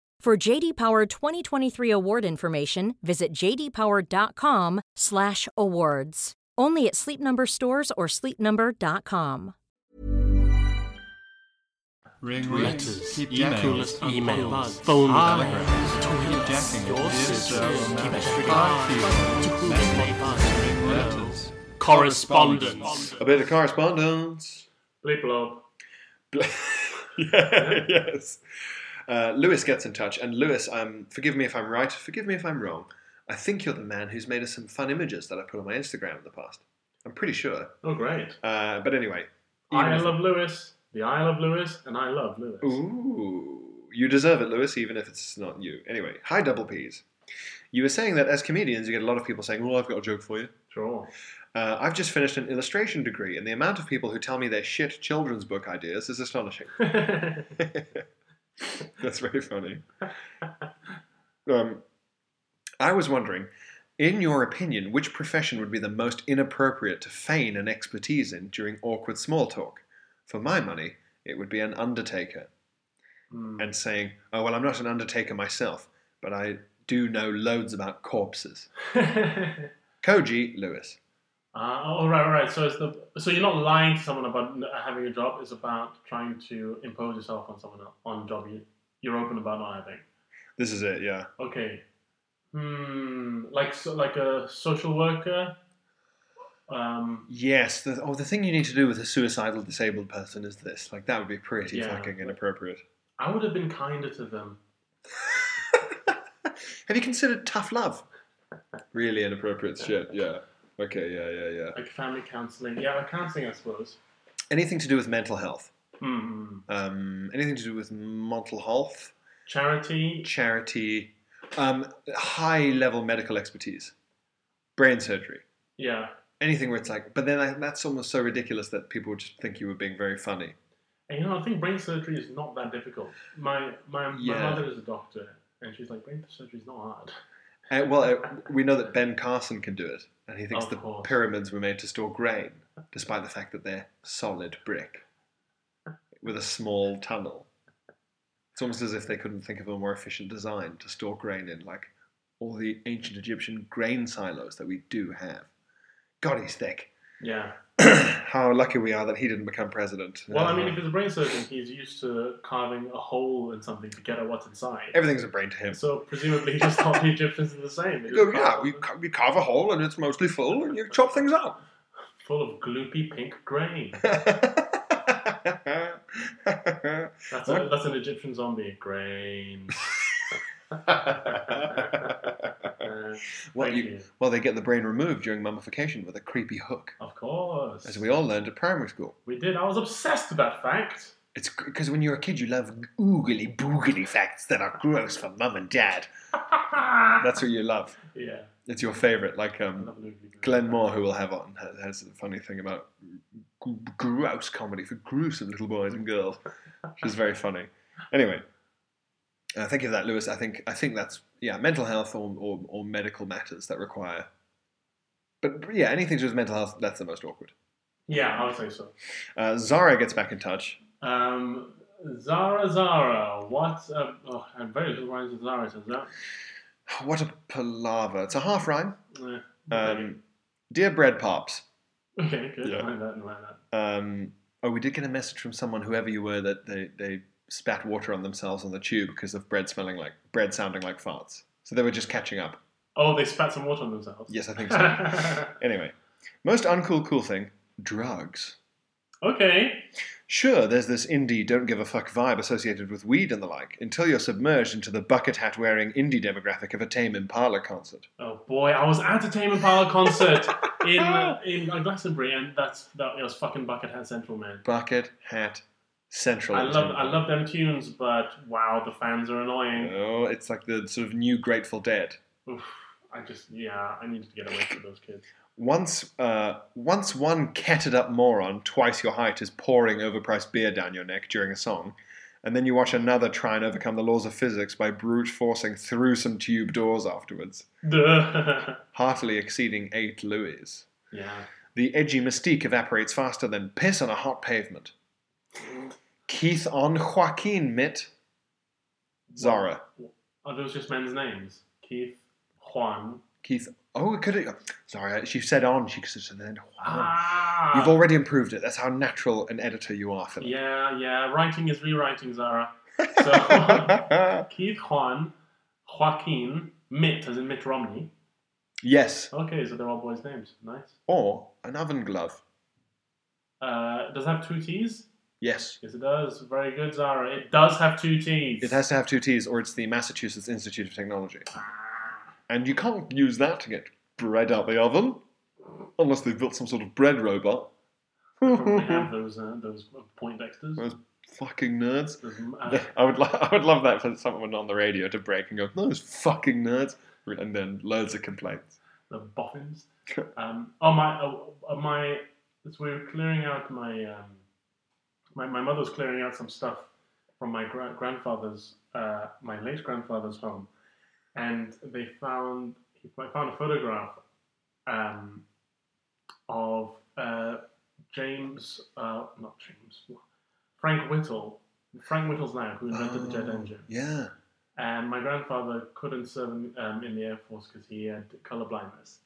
D: For JD Power 2023 award information, visit jdpower.com/awards. Only at Sleep Number stores or sleepnumber.com.
E: Ring
F: Letters,
E: keep
F: emails,
E: jacking,
F: coolest
E: uncle
F: emails,
E: buds,
F: phone
E: telegrams,
F: calls,
E: keep jacking,
F: your
E: dear
F: sisters,
E: sir,
F: keep
E: now,
F: everything
E: fuck you,
F: on, to
E: many
F: whom
E: buds,
F: it
E: ring
F: matters.
E: letters.
F: Correspondence.
A: A bit of correspondence.
B: Bleep blob.
A: yes. Uh, Lewis gets in touch, and Lewis, um, forgive me if I'm right. Forgive me if I'm wrong. I think you're the man who's made us some fun images that I put on my Instagram in the past. I'm pretty sure.
B: Oh, great.
A: Uh, but anyway,
B: I
A: if-
B: love Lewis. The I love Lewis, and I love Lewis.
A: Ooh, you deserve it, Lewis, even if it's not you. Anyway, hi, Double P's. You were saying that as comedians, you get a lot of people saying, "Well, I've got a joke for you."
B: Sure.
A: Uh, I've just finished an illustration degree, and the amount of people who tell me their shit children's book ideas is astonishing. That's very funny. Um, I was wondering, in your opinion, which profession would be the most inappropriate to feign an expertise in during awkward small talk? For my money, it would be an undertaker. And saying, oh, well, I'm not an undertaker myself, but I do know loads about corpses.
B: uh,
A: Koji Lewis.
B: all right, all right. So it's the so you're not lying to someone about n- having a job. It's about trying to impose yourself on someone else, on a job you you're open about not having.
A: This is it, yeah.
B: Okay. Hmm. Like so, like a social worker. Um,
A: Yes. The, oh, the thing you need to do with a suicidal disabled person is this. Like, that would be pretty
B: Yeah.
A: fucking inappropriate.
B: I would have been kinder to them.
A: Have you considered tough love? Really inappropriate shit. Yeah. Okay. Yeah. Yeah. Yeah.
B: Like family counselling. Yeah, like counselling, I suppose.
A: Anything to do with mental health.
B: Hmm.
A: Um, anything to do with mental health,
B: Charity.
A: charity, um, high level medical expertise, brain surgery.
B: Yeah.
A: Anything where it's like, but then I, that's almost so ridiculous that people would just think you were being very funny.
B: And you know, I think brain surgery is not that difficult. My my,
A: Yeah.
B: my mother is a doctor, and she's like, brain surgery is not hard.
A: Uh, well, uh, we know that Ben Carson can do it, and he thinks
B: Of
A: the
B: course.
A: pyramids were made to store grain, despite the fact that they're solid brick with a small tunnel. It's almost as if they couldn't think of a more efficient design to store grain in, like all the ancient Egyptian grain silos that we do have. God, he's thick.
B: Yeah.
A: How lucky we are that he didn't become president.
B: Well, I mean,
A: Uh,
B: if it's a brain surgeon, he's used to carving a hole in something to get at what's inside.
A: everything's a brain to him.
B: So presumably, he just thought the Egyptians are the same. They
A: You go,
B: just
A: yeah,
B: carve
A: we,
B: them
A: ca- we carve a hole and it's mostly full, and you chop things up.
B: full of gloopy pink grain. That's, a, that's an Egyptian zombie. Grain. Uh,
A: well,
B: thank
A: you, well, they get the brain removed during mummification with a creepy hook,
B: Of course.
A: as we all learned at primary school.
B: We did. I was obsessed with that fact.
A: It's because when you're a kid, you love oogly boogly facts that are gross for mum and dad. That's what you love.
B: Yeah.
A: It's your favorite, like
B: I
A: um,
B: love Ludwig.
A: Glenn Moore, who we'll have on, has- has a funny thing about g- gross comedy for gruesome little boys and girls, which is very funny. Anyway, uh, thank you for that, Lewis. I think I think that's yeah, mental health or, or, or medical matters that require. But but yeah, anything to do with mental health, that's the most awkward.
B: Yeah, I would say so.
A: Uh, Zara gets back in touch.
B: Um, Zara Zara, what a oh, I have very little rhymes with Zara, is that?
A: What a palaver. It's a half rhyme.
B: Eh,
A: Um, Dear Bread Pops,
B: okay, good.
A: yeah.
B: Like that and like that.
A: um, oh, we did get a message from someone, whoever you were, that they, they spat water on themselves on the tube because of bread smelling like bread sounding like farts. So they were just catching up.
B: Oh, they spat some water on themselves.
A: Yes, I think so. anyway, most uncool cool thing drugs.
B: okay.
A: Sure, there's this indie don't give a fuck vibe associated with weed and the like until you're submerged into the bucket hat wearing indie demographic of a Tame Impala concert.
B: Oh boy, I was at a Tame Impala concert in uh, in uh, Glastonbury, and that's that it was fucking Buckethead Central, man.
A: Bucket hat central.
B: I
A: of
B: love
A: Tame
B: I
A: Impala.
B: love them tunes, but wow, the fans are annoying.
A: No, Oh, it's like the sort of new Grateful Dead.
B: Oof, I just yeah, I needed to get away from those kids.
A: Once, uh, once one catted up moron twice your height is pouring overpriced beer down your neck during a song, and then you watch another try and overcome the laws of physics by brute forcing through some tube doors afterwards,
B: Duh.
A: heartily exceeding eight louis.
B: yeah.
A: The edgy mystique evaporates faster than piss on a hot pavement. Keith on Joaquin Mitt. Zara.
B: Are those just men's names? Keith, Juan.
A: Keith. Oh, it could have. Sorry, she said on. She could have said then. Juan.
B: Ah.
A: You've already improved it. That's how natural an editor you are, Philip.
B: Yeah, yeah. Writing is rewriting, Zara. So Keith Juan, Joaquin, Mitt, as in Mitt Romney.
A: yes.
B: Okay, so they're all boys' names. Nice.
A: Or an oven glove.
B: Uh, does it have two T's?
A: Yes.
B: Yes, it does. Very good, Zara. It does have two T's.
A: It has to have two T's, or it's the Massachusetts Institute of Technology. And you can't use that to get bread out the oven, unless they've built some sort of bread robot.
B: Probably have those uh, those point dexters.
A: Those fucking nerds.
B: Those, uh,
A: I would, lo- I would love that for someone on the radio to break and go, those fucking nerds. And then loads of complaints.
B: the boffins. Um, oh my, oh, oh, my. So we were clearing out my, um, my my mother was clearing out some stuff from my gra- grandfather's, uh, my late grandfather's home, and they found he I found a photograph um, of uh, James, uh, not James, Frank Whittle, Frank Whittle's now who invented the jet
A: Oh.
B: engine.
A: Yeah.
B: And my grandfather couldn't serve in, um, in the Air Force because he had color blindness,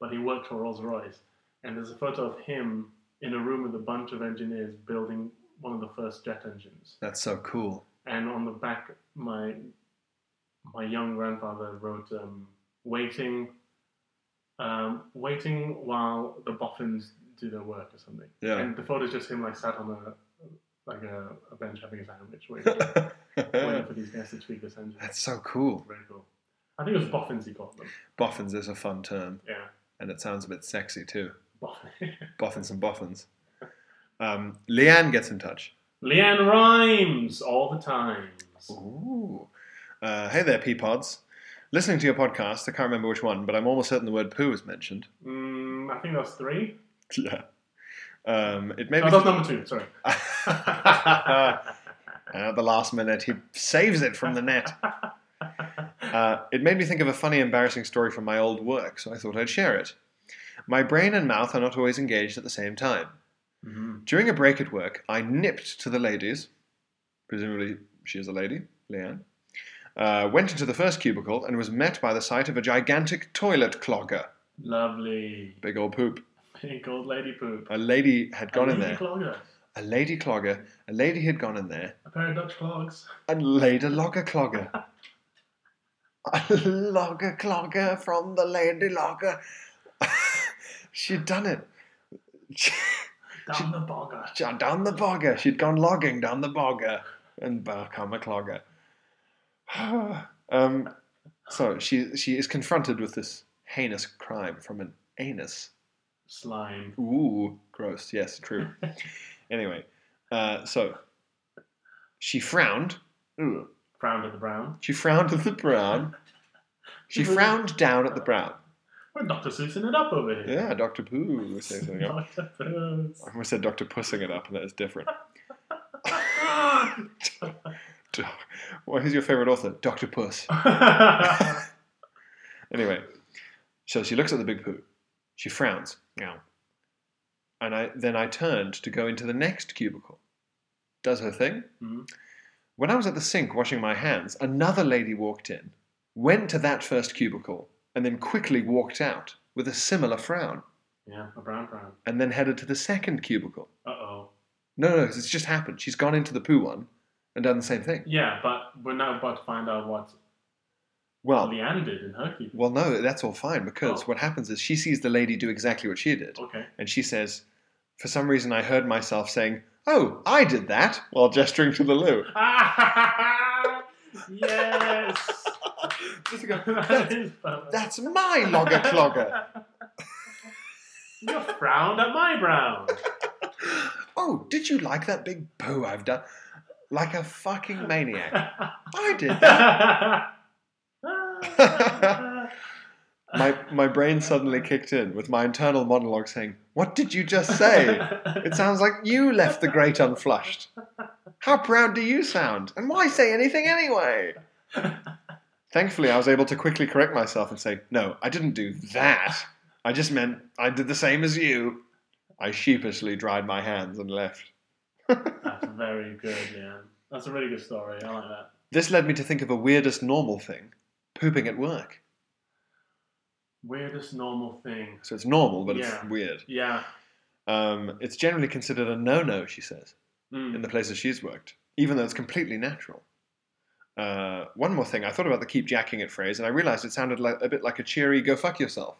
B: but he worked for Rolls Royce. And there's a photo of him in a room with a bunch of engineers building one of the first jet engines.
A: That's so cool.
B: And on the back, my my young grandfather wrote um, "waiting um, waiting while the boffins do their work or something.
A: Yeah.
B: And the photo's just him like sat on a like a, a bench having a sandwich, waiting, waiting for these guys to tweak the sandwich.
A: That's so cool.
B: very cool. I think it was boffins he called them.
A: Boffins is a fun term,
B: Yeah,
A: and it sounds a bit sexy too.
B: boffins.
A: Boffins and boffins. Um, Leanne gets in touch.
B: Leanne rhymes all the time.
A: Ooh. Uh, hey there, Peapods. Listening to your podcast, I can't remember which one, but I'm almost certain the word poo is mentioned.
B: Mm, I think that's three.
A: Yeah. Um, it
B: No,
A: made me.
B: that's number two. Sorry.
A: And at the last minute, he saves it from the net. Uh, it made me think of a funny, embarrassing story from my old work, so I thought I'd share it. My brain and mouth are not always engaged at the same time. During a break at work, I nipped to the ladies, presumably she is a lady, Leanne, uh, went into the first cubicle and was met by the sight of a gigantic toilet clogger.
B: Lovely.
A: Big old poop.
B: Pink old lady poop.
A: A lady had gone in
B: Lady
A: there.
B: clogger.
A: A lady clogger. A lady had gone in there.
B: A pair of Dutch clogs.
A: and laid a logger clogger. a logger clogger from the lady logger. She'd done it. She-
B: Down the bogger.
A: down the bogger. She'd gone logging down the bogger and become a clogger. um, so she she is confronted with this heinous crime from an anus.
B: Slime.
A: Ooh, gross. Yes, true. anyway, uh, so she frowned. Ooh.
B: Frowned at the brown.
A: She frowned at the brown. She frowned down at the brown.
B: We're Dr. Seussing it up over here.
A: Yeah, Dr. Pooh was saying something else.
B: Dr. Seuss.
A: I almost said Dr. Pussing it up, and that is different. Doc- well, who's your favorite author? Dr. Puss. Anyway, so she looks at the big poo. She frowns. Meow. And I, then I turned to go into the next cubicle. Does her thing.
B: Mhm.
A: When I was at the sink washing my hands, another lady walked in, went to that first cubicle, and then quickly walked out with a similar frown,
B: yeah, a brown frown.
A: and then headed to the second cubicle.
B: Uh oh.
A: No, no, it's just happened. She's gone into the poo one and done the same thing.
B: Yeah, but we're now about to find out what
A: Well,
B: Leanne did in her keep.
A: well, no, that's all fine because
B: Oh.
A: what happens is she sees the lady do exactly what she did.
B: Okay.
A: And she says, For some reason, I heard myself saying, Oh, I did that, while gesturing to the loo.
B: yes! That
A: that's,
B: is perfect.
A: that's my logger clogger.
B: You frowned at my brown.
A: Oh, did you like that big poo I've done? Like a fucking maniac. I did that. My, my brain suddenly kicked in with my internal monologue saying, What did you just say? It sounds like you left the grate unflushed. How proud do you sound? And why say anything anyway? Thankfully, I was able to quickly correct myself and say, No, I didn't do that. I just meant I did the same as you. I sheepishly dried my hands and left.
B: That's very good, Leanne. That's a really good story. I like that.
A: This led me to think of a weirdest normal thing pooping at work.
B: Weirdest normal thing.
A: So it's normal, but
B: Yeah.
A: it's weird.
B: Yeah.
A: Um, it's generally considered a no no, she says.
B: Mm.
A: in the places she's worked, even though it's completely natural. Uh, one more thing, I thought about the keep jacking it phrase, and I realized it sounded like, a bit like a cheery go fuck yourself.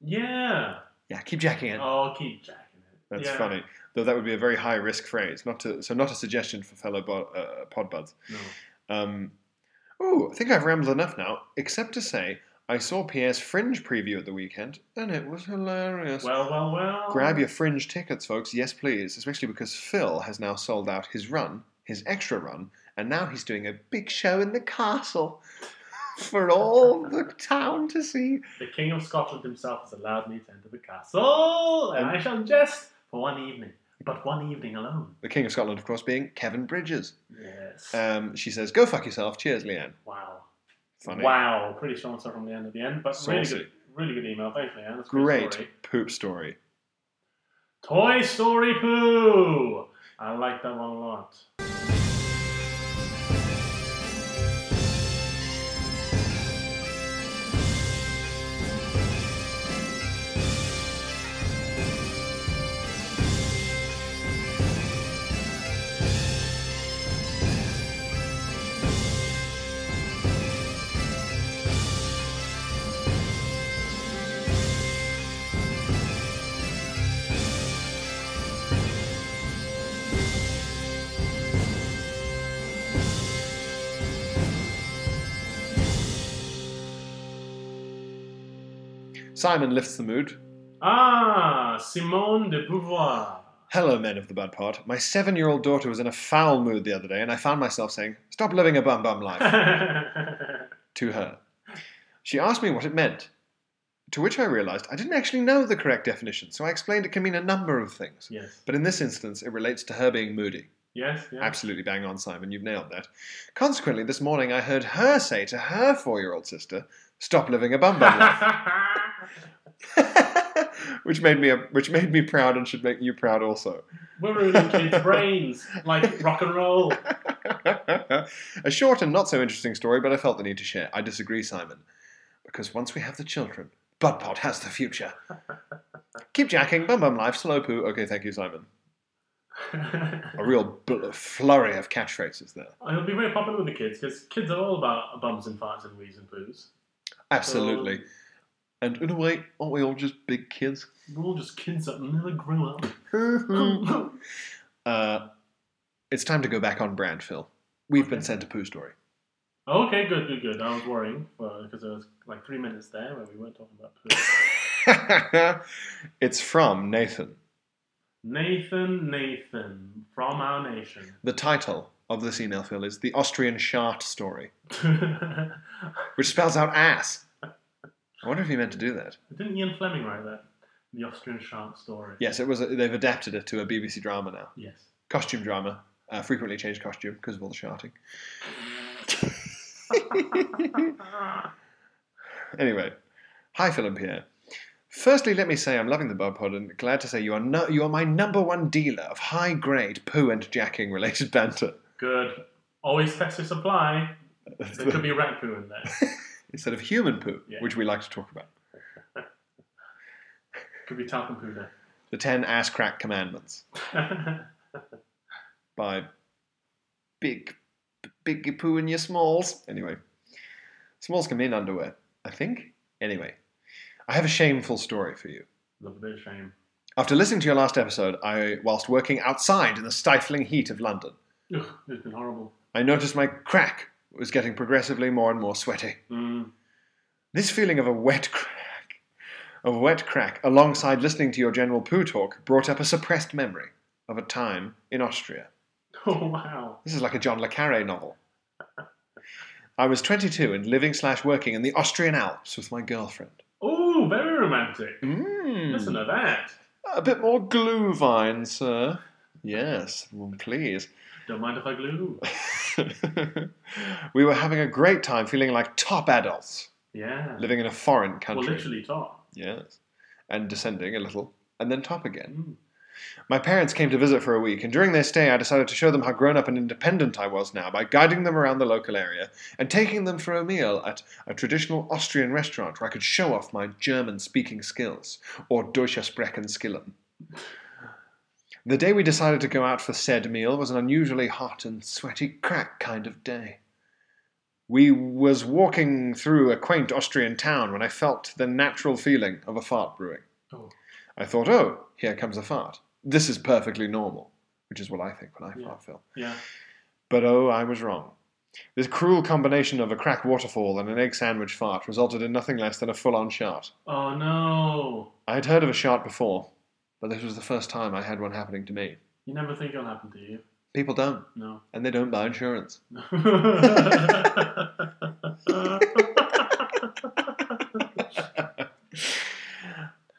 B: Yeah.
A: Yeah, keep jacking it.
B: Oh, keep jacking it.
A: That's
B: Yeah.
A: funny. Though that would be a very high risk phrase. Not to, so, not a suggestion for fellow bo- uh, pod buds.
B: No.
A: Um, oh, I think I've rambled enough now, except to say I saw Pierre's Fringe preview at the weekend, and it was hilarious.
B: Well, well, well.
A: Grab your fringe tickets, folks. Yes, please. Especially because Phil has now sold out his run, his extra run, and now he's doing a big show in the castle for all the town to see.
B: The King of Scotland himself has allowed me to enter the castle, and I shall jest for one evening, but one evening alone.
A: The King of Scotland, of course, being Kevin Bridges.
B: Yes.
A: Um, she says, "Go fuck yourself." Cheers, Leanne.
B: wow.
A: Funny.
B: Wow. Pretty strong stuff from the end at the end, but really
A: Saucy.
B: good. Really good email. Thanks, Leanne. That's a good
A: Great
B: story.
A: poop story.
B: Toy Story Poo. I like that one a lot.
A: Simon lifts the mood.
B: Ah, Simone de Beauvoir.
A: Hello, men of the bad part. My seven year old daughter was in a foul mood the other day, and I found myself saying, Stop living a bum bum life to her. She asked me what it meant, to which I realized I didn't actually know the correct definition, so I explained it can mean a number of things.
B: yes.
A: But in this instance, it relates to her being moody.
B: Yes, yeah.
A: Absolutely bang on, Simon. You've nailed that. Consequently, this morning I heard her say to her four year old sister, Stop living a bum bum life. which made me which made me proud and should make you proud also.
B: We're ruining kids' brains like rock and roll.
A: a short and not so interesting story, but I felt the need to share. I disagree, Simon, because once we have the children, Budpot has the future. Keep jacking, bum bum life, slow poo. Okay, thank you, Simon. A real bl- flurry of catchphrases there.
B: It'll be very popular with the kids because kids are all about bums and farts and wheeze and poos.
A: Absolutely. and in a way, aren't we all just big kids?
B: We're all just kids that never grow up.
A: Uh, it's time to go back on brand, Phil. We've been sent a poo story.
B: okay, good, good, good. I was worrying because there was like three minutes there where we weren't talking about poo.
A: it's from Nathan.
B: Nathan, Nathan, from our nation.
A: The title of this email, Phil, is The Austrian Shart Story,
B: Didn't
A: which spells out ass. I wonder if he meant to do that.
B: Ian Fleming write that? The Austrian shark story.
A: Yes, it was. A, they've adapted it to a BBC drama now.
B: Yes.
A: Costume drama. Uh, frequently changed costume because of all the sharting. anyway, hi Phil and Pierre. Firstly, let me say I'm loving the Bob Pod and glad to say you are no, you are my number one dealer of high grade poo and jacking related banter.
B: Good. Always Texas supply. There could be rat poo in there.
A: instead of human poo,
B: Yeah.
A: which we like to talk about.
B: Could be talcum poo there.
A: The Ten Ass Crack Commandments by Big Big Poo in Your Smalls. Anyway, smalls can mean underwear, I think. Anyway, I have a shameful story for you.
B: Love a bit of shame.
A: After listening to your last episode, I, whilst working outside in the stifling heat of London,
B: Ugh, it's been horrible.
A: I noticed my crack was getting progressively more and more sweaty.
B: Mm.
A: This feeling of a wet crack, of a wet crack, alongside listening to your general poo talk, brought up a suppressed memory of a time in Austria.
B: Oh wow.
A: This is like a John le Carre novel. I was 22 and living slash working in the Austrian Alps with my girlfriend.
B: Oh, very romantic. Listen
A: Mmm,
B: to that.
A: a bit more glue vine, sir. Yes, well, please.
B: Don't mind if I glue.
A: we were having a great time feeling like top adults
B: Yeah.
A: living in a foreign
B: Well,
A: country.
B: literally top.
A: Yes. And descending a little, and then top again.
B: Mm.
A: My parents came to visit for a week, and during their stay, I decided to show them how grown up and independent I was now by guiding them around the local area and taking them for a meal at a traditional Austrian restaurant where I could show off my German speaking skills, or Deutsches Sprechen Skillen. The day we decided to go out for said meal was an unusually hot and sweaty crack kind of day. We was walking through a quaint Austrian town when I felt the natural feeling of a fart brewing.
B: Oh.
A: I thought, oh, here comes a fart. This is perfectly normal, which is what I think when I
B: Yeah.
A: fart, Phil.
B: Yeah.
A: But oh, I was wrong. This cruel combination of a crack waterfall and an egg sandwich fart resulted in nothing less than a full on shart.
B: Oh no.
A: I had heard of a shart before, but this was the first time I had one happening to me.
B: You never think it'll happen to you.
A: People don't,
B: No.
A: and they don't buy insurance.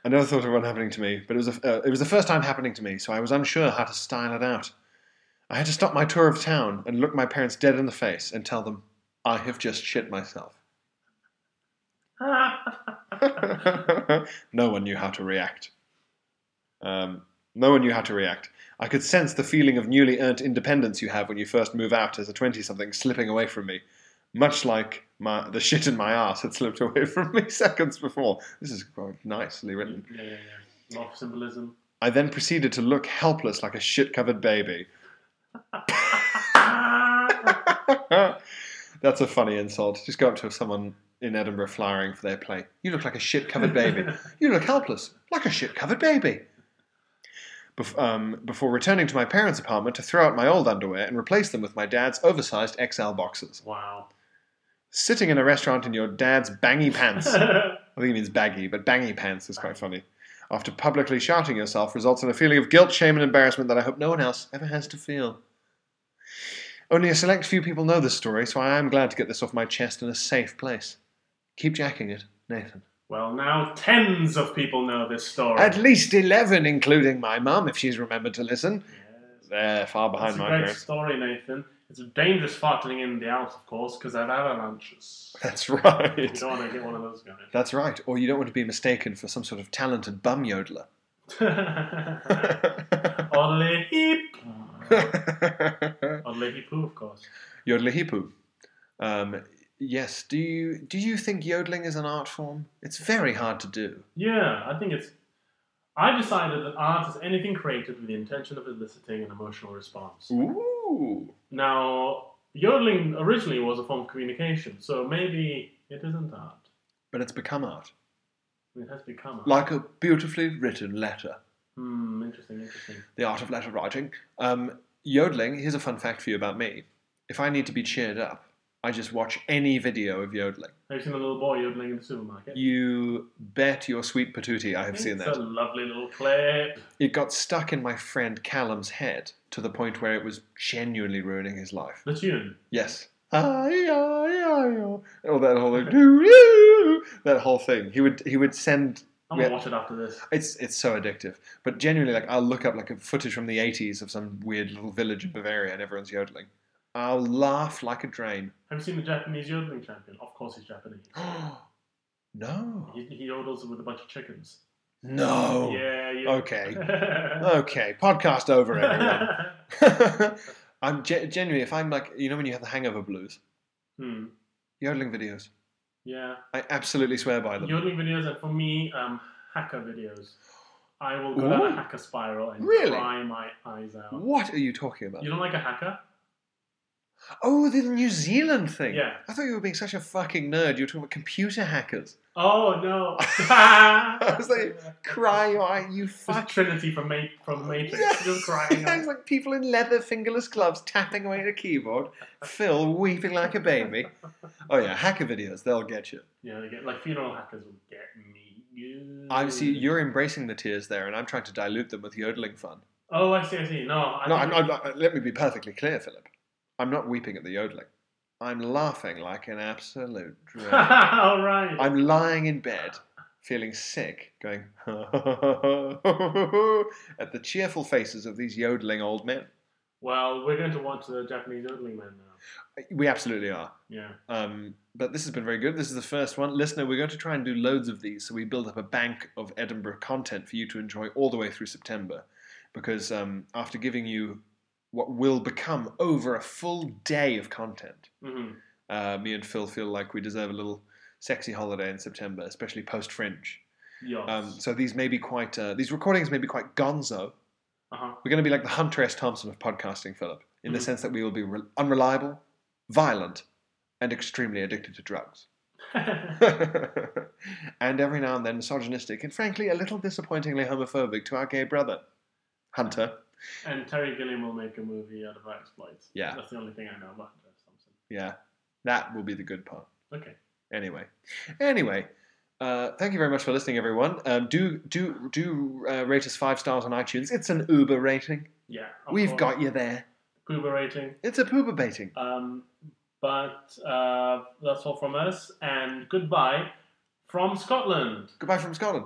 A: I never thought of one happening to me, but it was, a, uh, it was the first time happening to me, so I was unsure how to style it out. I had to stop my tour of town and look my parents dead in the face and tell them, I have just shit myself. no one knew how to react. Um, no one knew how to react. I could sense the feeling of newly earned independence you have when you first move out as a 20 something slipping away from me, much like my, the shit in my ass had slipped away from me seconds before. This is quite nicely written.
B: yeah, yeah, yeah. Lot of symbolism.
A: I then proceeded to look helpless like a shit covered baby. That's a funny insult. Just go up to someone in Edinburgh flowering for their play. You look like a shit covered baby. you look helpless, like a shit covered baby. Bef- um, before returning to my parents' apartment to throw out my old underwear and replace them with my dad's oversized XL boxes.
B: Wow.
A: Sitting in a restaurant in your dad's bangy pants
B: That's
A: I think it means baggy, but bangy pants is quite funny. After publicly shouting yourself results in a feeling of guilt, shame, and embarrassment that I hope no one else ever has to feel. Only a select few people know this story, so I am glad to get this off my chest in a safe place. Keep jacking it, Nathan.
B: Well, now tens of people know this story.
A: At least 11, including my mum, if she's remembered to listen. They're far
B: It's
A: behind
B: a
A: my
B: great
A: parents.
B: story, Nathan. It's a dangerous farting in the Alps, of course, because they're avalanches.
A: That's
B: You
A: right.
B: don't want to get one of those going.
A: That's right. Or you don't want to be mistaken for some sort of talented bum yodeler.
B: Oddly heap. Oddly heap poo, of course.
A: Yodelihipu. Um, yes. Do you do you think yodeling is an art form? It's very hard to do.
B: Yeah, I think it's. I decided that art is anything created with the intention of eliciting an emotional response.
A: Ooh.
B: Now, yodeling originally was a form of communication, so maybe it isn't art.
A: But it's become art,
B: It has become art.
A: like a beautifully written letter.
B: Hmm, interesting, interesting.
A: The art of letter writing. Um, yodeling. Here's a fun fact for you about me. If I need to be cheered up, I just watch any video of yodeling.
B: Have you seen a little boy yodeling in the supermarket?
A: You bet your sweet patootie I have seen
B: it's
A: that.
B: a lovely little clip.
A: It got stuck in my friend Callum's head to the point where it was genuinely ruining his life.
B: The tune.
A: Yes. Ay, ay, ay, oh. Oh, that whole like, doo, doo, that whole thing. He would he would send.
B: I'm
A: yeah,
B: gonna watch it after this.
A: it's it's so addictive. But genuinely, like I'll look up like a footage from the '80s of some weird little village in Bavaria and everyone's yodeling. I'll laugh like a drain.
B: Have you seen the Japanese yodeling champion? Of course, he's Japanese.
A: no.
B: He, he yodels with a bunch of chickens.
A: No.
B: Yeah. yeah.
A: Oh, Okay. Okay. Podcast over, everyone. I'm ge- genuinely if I'm like you know when you have the hangover blues,
B: hmm.
A: yodeling videos.
B: Yeah.
A: I absolutely swear by them.
B: Yodeling videos and for me, um, hacker videos. I will go down
A: Ooh.
B: a hacker spiral and
A: Really?
B: cry my eyes out.
A: What are you talking about?
B: You don't like a hacker?
A: Oh, the New Zealand thing.
B: Yeah.
A: I thought you were being such a fucking nerd. You were talking about computer hackers.
B: Oh no!
A: I was like, cry your eye, you
B: It's
A: fuck.
B: Trinity from, Ma- from Matrix, just crying.
A: Yeah, it's like people in leather fingerless gloves tapping away at a keyboard. Phil weeping like a baby. Oh yeah, hacker videos, they'll get you.
B: Yeah, they get, like funeral hackers will get me.
A: I see
B: Mm.
A: you're embracing the tears there, and I'm trying to dilute them with yodeling fun.
B: Oh, I see, I see. No, I
A: No,
B: think-
A: I'm, I'm, not- let me be perfectly clear, Philip. I'm not weeping at the yodeling. I'm laughing like an absolute drag.
B: All right.
A: I'm lying in bed, feeling sick, going at the cheerful faces of these yodeling old men.
B: Well, we're going to watch the Japanese yodeling man now.
A: We absolutely are.
B: Yeah.
A: Um, but this has been very good. This is the first one. Listener, we're going to try and do loads of these so we build up a bank of Edinburgh content for you to enjoy all the way through September. Because um, after giving you what will become over a full day of content,
B: hmm
A: uh, me and Phil feel like we deserve a little sexy holiday in September, especially post Fringe.
B: Yes.
A: Um, so these may be quite uh, these recordings may be quite gonzo.
B: uh-huh.
A: We're going to be like the Hunter S. Thompson of podcasting, Philip, in the sense that we will be re- unreliable, violent, and extremely addicted to drugs.
B: Uh-huh.
A: and every now and then misogynistic and frankly a little disappointingly homophobic to our gay brother, Hunter.
B: And Terry Gilliam will make a movie out of our exploits.
A: Yeah.
B: That's the only thing I know about Jeff Thompson.
A: Yeah, that will be the good part.
B: Okay.
A: Anyway, anyway, uh, thank you very much for listening, everyone. Um, do do do uh, rate us five stars on iTunes. It's an Uber rating.
B: Yeah.
A: We've got you there.
B: Cuba rating.
A: It's a pooper baiting.
B: Um, but uh, that's all from us. And goodbye from Scotland.
A: Goodbye from Scotland.